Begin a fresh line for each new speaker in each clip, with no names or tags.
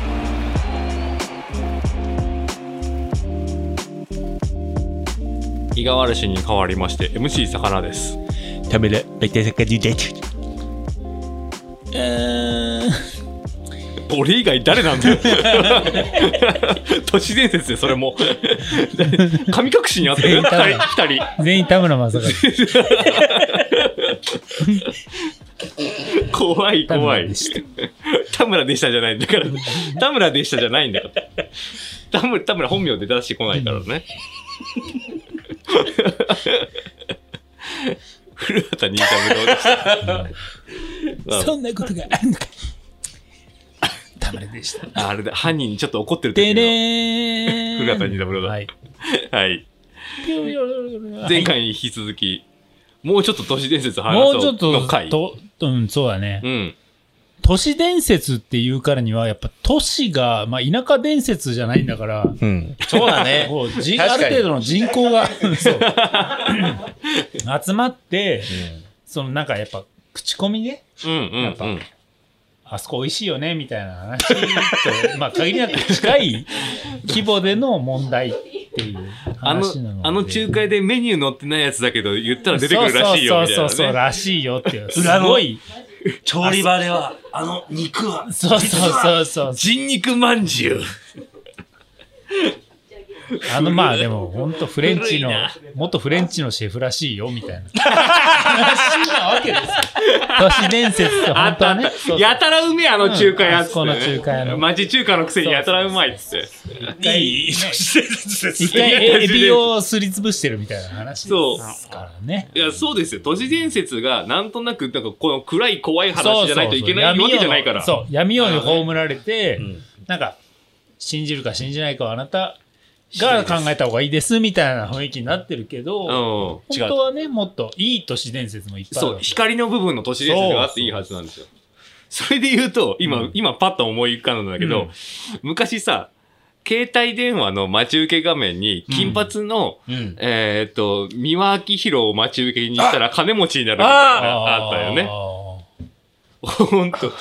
Hey.
日替わるしに変わりまして MC 魚です
食べる、大体坂中大地。え
俺以外誰なんだよ都市伝説でそれも神隠しにあってる
全員多分
二人
ー、全員田村正和。
怖い
田
怖
村
い
でした
田村でしたじゃないんだから田村でしたじゃないんだから田村田村本名で出してこないからね古畑任三郎でした
そんなことがあるのか。田村でした。
ああ れだ犯人にちょっと怒ってる時の
でねー。
古畑任三郎だ
はい。
はい前回に引き続き、もうちょっと都市伝説話
もうち
そ
ょ
う
っと
の回。
と、うん、そうだね
う。ん。
都市伝説っていうからには、やっぱ都市が、まあ田舎伝説じゃないんだから、
うん。そうだね
こうじ
確
あ
かに
る程度の人口がそう集まって、そのなんかやっぱ口コミで、
うんうん
やっぱ
うん。
あそこ美味しいよねみたいな話と、 まあ限りなく近い規模での問題っていう
あの
話なの、で。
あの中華でメニュー載ってないやつだけど、言ったら出てくるらしいよ、みたいな、
そうそう
ね。
そうそう、らしいよっていう。すごい。
調理場では、あの肉は、
そうそうそうそう。
人肉まんじゅう。
あのまあでも本当フレンチ
古
の
いな、
元フレンチのシェフらしいよみたいな。話なわけですよ。都市伝説って本当はね。そうそう
やたらうめえ、あの中華やつって、
うんあそこの中華屋 の
町中華のくせにやたらうまいっつって。
一回ね一
い
回
や
エビをすりつぶしてるみたいな話ですからね。
いや、そうですよ。都市伝説が、なんとなく、なんか、この暗い怖い話じゃないといけないわけじゃないから。
そう闇を葬られて、
ん
なんか信じるか信じないかはあなたが考えた方がいいですみたいな雰囲気になってるけど、
う。ん。違
本当
う。
はねもっといい都市伝説もいっぱいある
そう、光の部分の都市伝説があっていいはずなんですよ。それで言うと、今、
うん
今パッと思い浮かんだんだけ
う
ど、
ん
昔さ、携帯電話の待ち受け画面に、金髪の、
うん。
えーっと、三輪明宏を待ち受けにしたら金持ちになるみたいなあったよね。
ね
ほんと。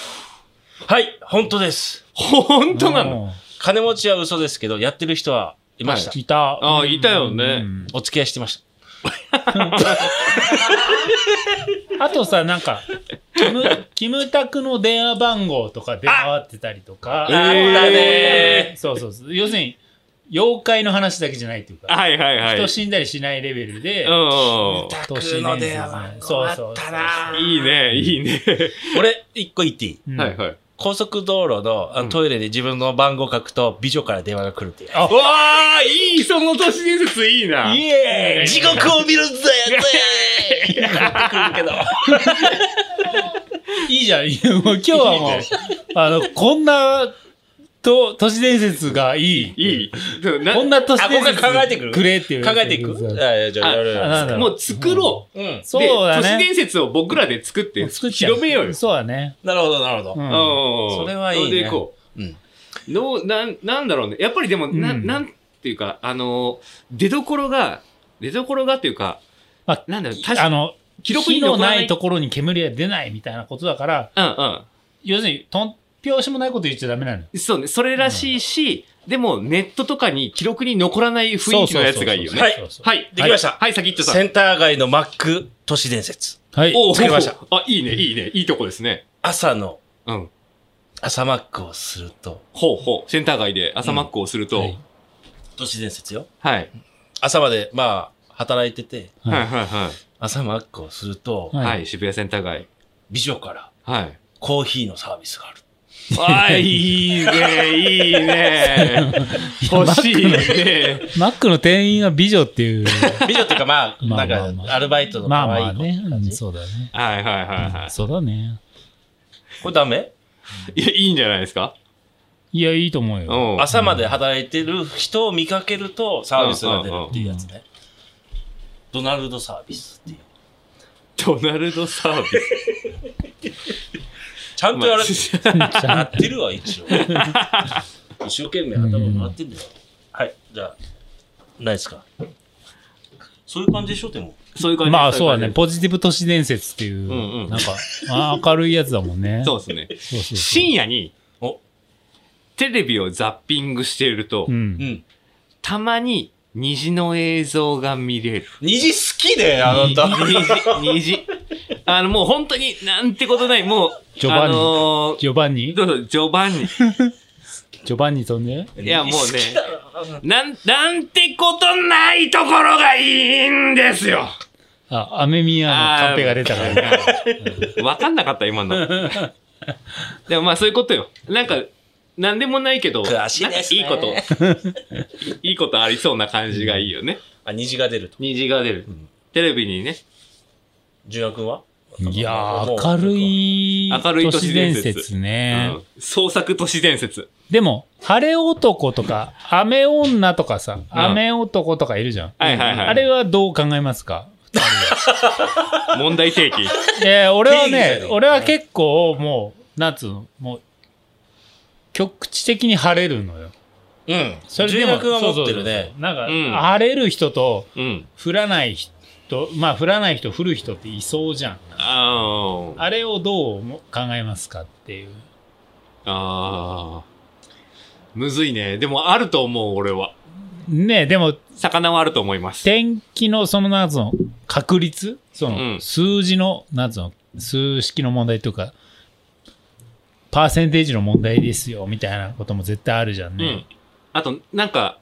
はい、本当です。
ほんとなの。
金持ちは嘘ですけど、やってる人はいました。
いた
あいたよね
うん
お付き合いしてまし
あとさなんかキ ムキムタクの電話番号とか出回ってたりとか
た。あったね
そうそうそう要するに妖怪の話だけじゃないというか、
はいはいはい。
人死んだりしないレベルで、
うん
ー。宅の電話番号あったなー
いいね、いいね。
俺、一個言っていい
うん
はいはい。
高速道路のあのトイレで自分の番号書くと、美女から電話が来るっていう。
あ
うわあいいその都市伝説いいな
イエーイ
地獄を見るぜぜーってくるけど。
いいじゃん。いやもう今日はもう、あの、こんな、と、都市伝説がいい。
いい。な
こんな都市伝
あ
説
ここから考えてくる
くれっていう。
考えていくあじゃあ、やる
あなんだろ
もう作ろう。
うん。
そう
で
だ
都市
ね。
伝説を僕らで作って、
作っちゃう
広めようよ。
そうだね。
なるほど、なるほ
う
ど。
う
ん
ん
それはいいね
それでいこ
うん。
う。の、なん、なんだろうね。やっぱりでも、な、、
うんん
なんていうか、あのー、出所が、出所がっていうか、
まあ
なんだろう、確
あ
か
の、
記録に
火の
残ら
ないところに煙は出ないみたいなことだから、
うんうん。
要するに、とん拍子もないこと言っちゃダメなのよ。
そうね、それらしいし、でも、ネットとかに記録に残らない雰囲気のやつがいいよね。
そうそうそうそう
はい。はい。
できました
はい、先っちょさん。
センター街のマック都市伝説。
はい。
おお
作りました。
あ、いいね、いいね。いいとこですね。
朝の
うん。
朝マックをすると、
ほうほう。センター街で朝マックをすると、
うんはい都市伝説よ。
はい。
朝まで、まあ、働いてて、
はい
はい、はい、は
朝マックをすると、
い。
はい
はい、渋谷センター街。
美女から
はい。
コーヒーのサービスがある。
あ、いいね、いい ね。欲しいね。
マックの店員は美女っ ていう。
美女っていうか、まあ、
ま
な
あ
ん
まあまあ
か、アルバイトの
まあ
可
ま
愛い
あ
子。
ね。うんそうだね。
はい、はい、はい、は
そうだね。
これダメ
い。いや、いいんじゃないですか
いや、いいと思う
う
よ。
ん。
朝まで働いてる人を見かけるとサービスが出るっていうやつね。ドナルドサービスっていう。
ドナルドサービス。
ちゃんとやられてる。
まあ
やってるわ、 一応。一生懸命頭回ってんだよ。はい、じゃあ、ないですか。そういう感じでしょ、でも。
そういう感じ
まあそう だね。
い感
ポジティブ都市伝説っていう、
うんうん
なんか、あー明るいやつだもんね。
じそうですね。
そうそうそう。
深夜に
お、
テレビをザッピングしていると、
うん
う。ん。
たまに虹の映像が見れる。
虹好きで、あなた。
虹、虹。あの、もう本当になんてことない。もう、
ジョバンニ
あのー
ジョバンニ
どうぞ、序盤に。
ジョバンニとね。
いや、もうね
好き、だ
な
な
ん、なんてことないところがいいんですよ。
あ、アメミヤのカンペが出たからね。
わかんなかった、今の。でもまあ、そういうことよ。なんか、なんでもないけど、
詳しい
なんか
です
い
ね
いこと、いいことありそうな感じがいいよね。
あ、虹が出ると。
虹が出る。テレビにね、
純也君はい
や
もう
ー、明るい
明るい
都
都
市
市伝
伝
説
説ね。
うん創作都市伝説。
でも、晴れ男とか、雨女とかさ、雨男とかいるじゃん。
はいはいはい。
あれはどう考えますか
問題提起。
えー、俺は
定義じゃ
ね
ね、
俺は結構もう、なんつうの、もう、局地的に晴れるのよ。
うん。
それで
純
も
也君は持ってる
そうそうそう
ね
そ。うなんか、
うん
晴れる人と、
うん。
降らない人、まあ降らない人、降る人っていそうじゃん。
あー
あれをどうも考えますかっていう。
あー。むずいね。でもあると思う、俺は。
ねえ、でも、
魚はあると思います。
天気のその、なんつうの、確率その、
うん
数字の、なんつうの、数式の問題とか、パーセンテージの問題ですよ、みたいなことも絶対あるじゃん
う
ね。
ん。あと、なんか、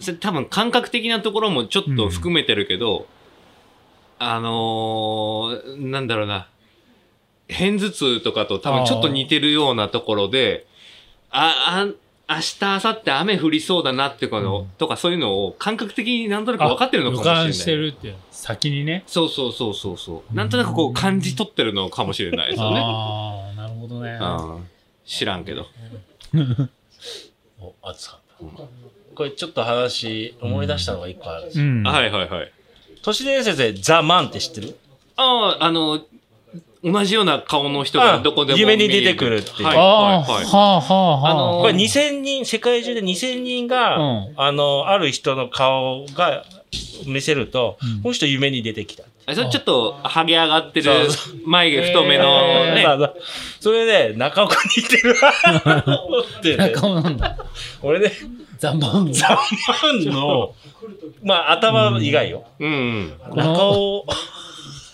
それ多分感覚的なところもちょっと含めてるけど、あのー、なんだろうな。偏頭痛とかと多分ちょっと似てるようなところで、あ、あ、明日、明後日雨降りそうだなってこの、
うん
とかそういうのを感覚的になんとなく
あ
分かってるのかもしれない。
予感してるっていう先にね
そうそうそうそうそう。なんとなくこう感じ取ってるのかもしれないですよね。
ああなるほどね
うん知らんけど。
おあつかったこれちょっと話、思い出したのが一個ある。
うん
はいはいはい。
都市伝説でザ・マンって知ってる
ああ、あの、同じような顔の人がどこでも見え
夢に出てくるっていう
はい
あ
は
あ
いはい
はあはあはあ
あのー
これ2000人、世界中で2000人が、
うん
あの、ある人の顔が見せると、
うん
この人夢に出てきた。
あそれちょっと、ハゲ上がってる
そう、
眉毛太めの
えー
ね
ま。あまあそれで、中岡に似てるなと思って、 ね、
仲間なんだ
俺ね、
残 念
ザ・マンの、まあ頭以外よ。
うんうん。
ん
中尾、
こ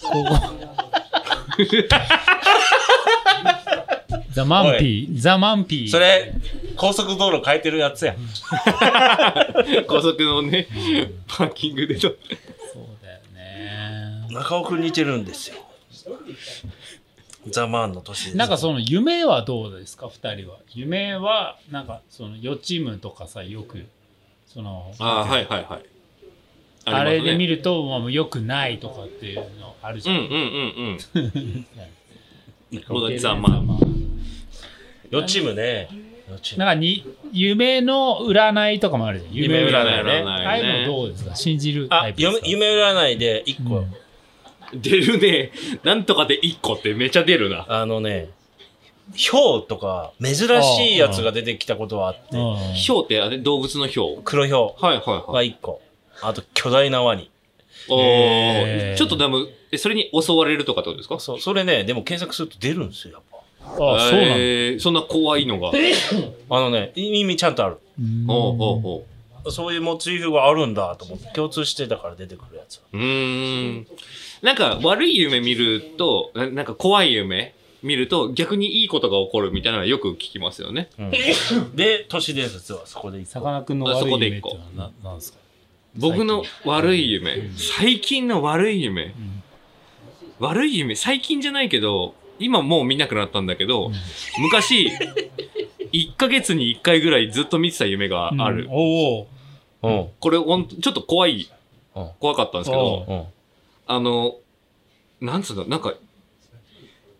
こザ・マンピーザ・マンピー
それ、高速道路変えてるやつやん。
高速のね、パーキングでと。
そうだよね
中尾くん似てるんですよ。ザ・マンの年です。
なんかその夢はどうですか二人は夢はなんかその予知夢とかさよくその
ああ、はいはいはい。
あれで見
る。
ると、まあ、よくないとかっていうのあるじ
う
ゃ
ん
ん
う。んうんうん。僕はざ
ざ
ま
ま
あ。
予知夢ね。予知夢
なんかに、夢の占いとかもあるじゃん。
夢
占い
占いね
ああいうの
ね。
どうですか信じるタ
あ
イ、プです
夢
か
夢占いで一個、
うん
出るね。なんとかで1個ってめちゃ出るな。
あのね、ヒョウとか、珍しいやつが出てきたことはあって、
うん
ヒョウってあれ動物のヒョウ
黒ヒョ
はいは
ウ
いは
が
い。
一個。あと、巨大なワニ。
おー
へー
ちょっとでも、えそれに襲われるとかってことですか
そう、それね、でも検索すると出るんですよ、やっ
あそうなんだ。
えーそんな怖いのが。
ぱ。あのね、意味ちゃんとある。
うん
おうおうおう
そういうモチーフがあるんだと思って、共通してたから出てくるやつ。
うーん。なんか悪い夢見ると、ななんか怖い夢見ると逆にいいことが起こるみたいなのはよく聞きますよね。
うん、で、都市伝説はそこで一
さ
個。
かなクンの
あそ
悪い
こで
夢っ
一個
ていうのはななんですか
僕の悪い夢。最近の悪い夢。悪い夢、最近じゃないけど、今もう見なくなったんだけど、昔、1ヶ月に1回ぐらいずっと見てた夢がある。
うんおお。
うん。
これほんと、ちょっと怖い
うん、
怖かったんですけ
おう
ど、
うん。
あの、なんつうの、なんか、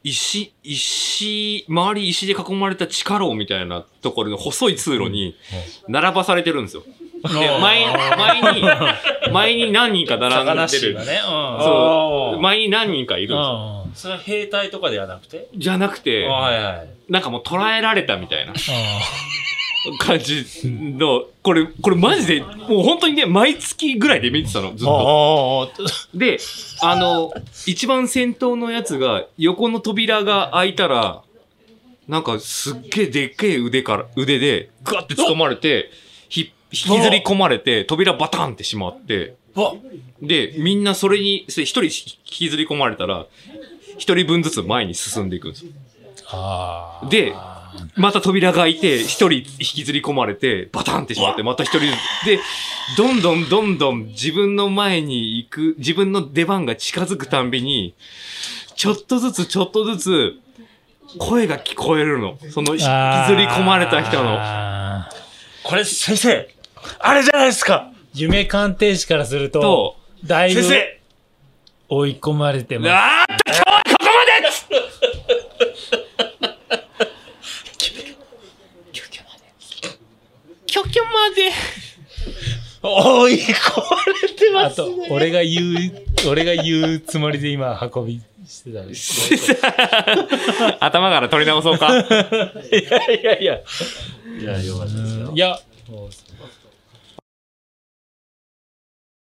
石、石、周り石で囲まれた地下牢みたいなところの細い通路に並ばされてるんですよ。で、前、前に、前に何人か並
魚
んで
師
る
が。ね。うん。
そう。
あ
前に何人かいるんで
うん。
それは兵隊とかではなくて
すよじゃなくて、
はいはい。
なんかもう捉えられたみたいな感じの、これ、これマジで、もう本当にね、毎月ぐらいで見てたの、ずっと。
ああ。
で、あの、一番先頭のやつが、横の扉が開いたら、なんかすっげえでっけえ腕から、腕で、ガって掴まれて、ひ引きずり込まれて、扉バタンってしまって、
わ
で、みんなそれに、それ一人引きずり込まれたら、一人分ずつ前に進んでいくんですよ。
ああ。
で、また扉が開いて、一人引きずり込まれて、バタンってしまって、また一人ずつで、どんどんどんどん自分の前に行く、自分の出番が近づくたんびに、ちょっとずつちょっとずつ、声が聞こえるの。その引きずり込まれた人の。
の。
これ先生、あれじゃないですか
夢鑑定士からすると
と、
だいぶ
先生
追い込まれてます。
あーっと、今日はここまでっつって
追い込まれて
あ
ます
と、俺が言う、俺が言うつもりで今運びしてたんです。
頭から取り直そうか。
いやいやいや。いや、よかったですよ
い。や、